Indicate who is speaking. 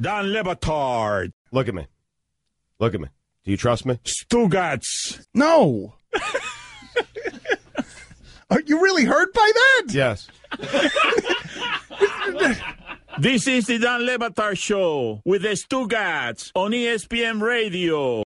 Speaker 1: Don Lebatard,
Speaker 2: Look at me. Look at me. Do you trust me?
Speaker 1: Stugatz.
Speaker 3: No. Are you really hurt by that?
Speaker 2: Yes.
Speaker 1: E This is the Don Lebatard Show with the Stugatz on ESPN Radio.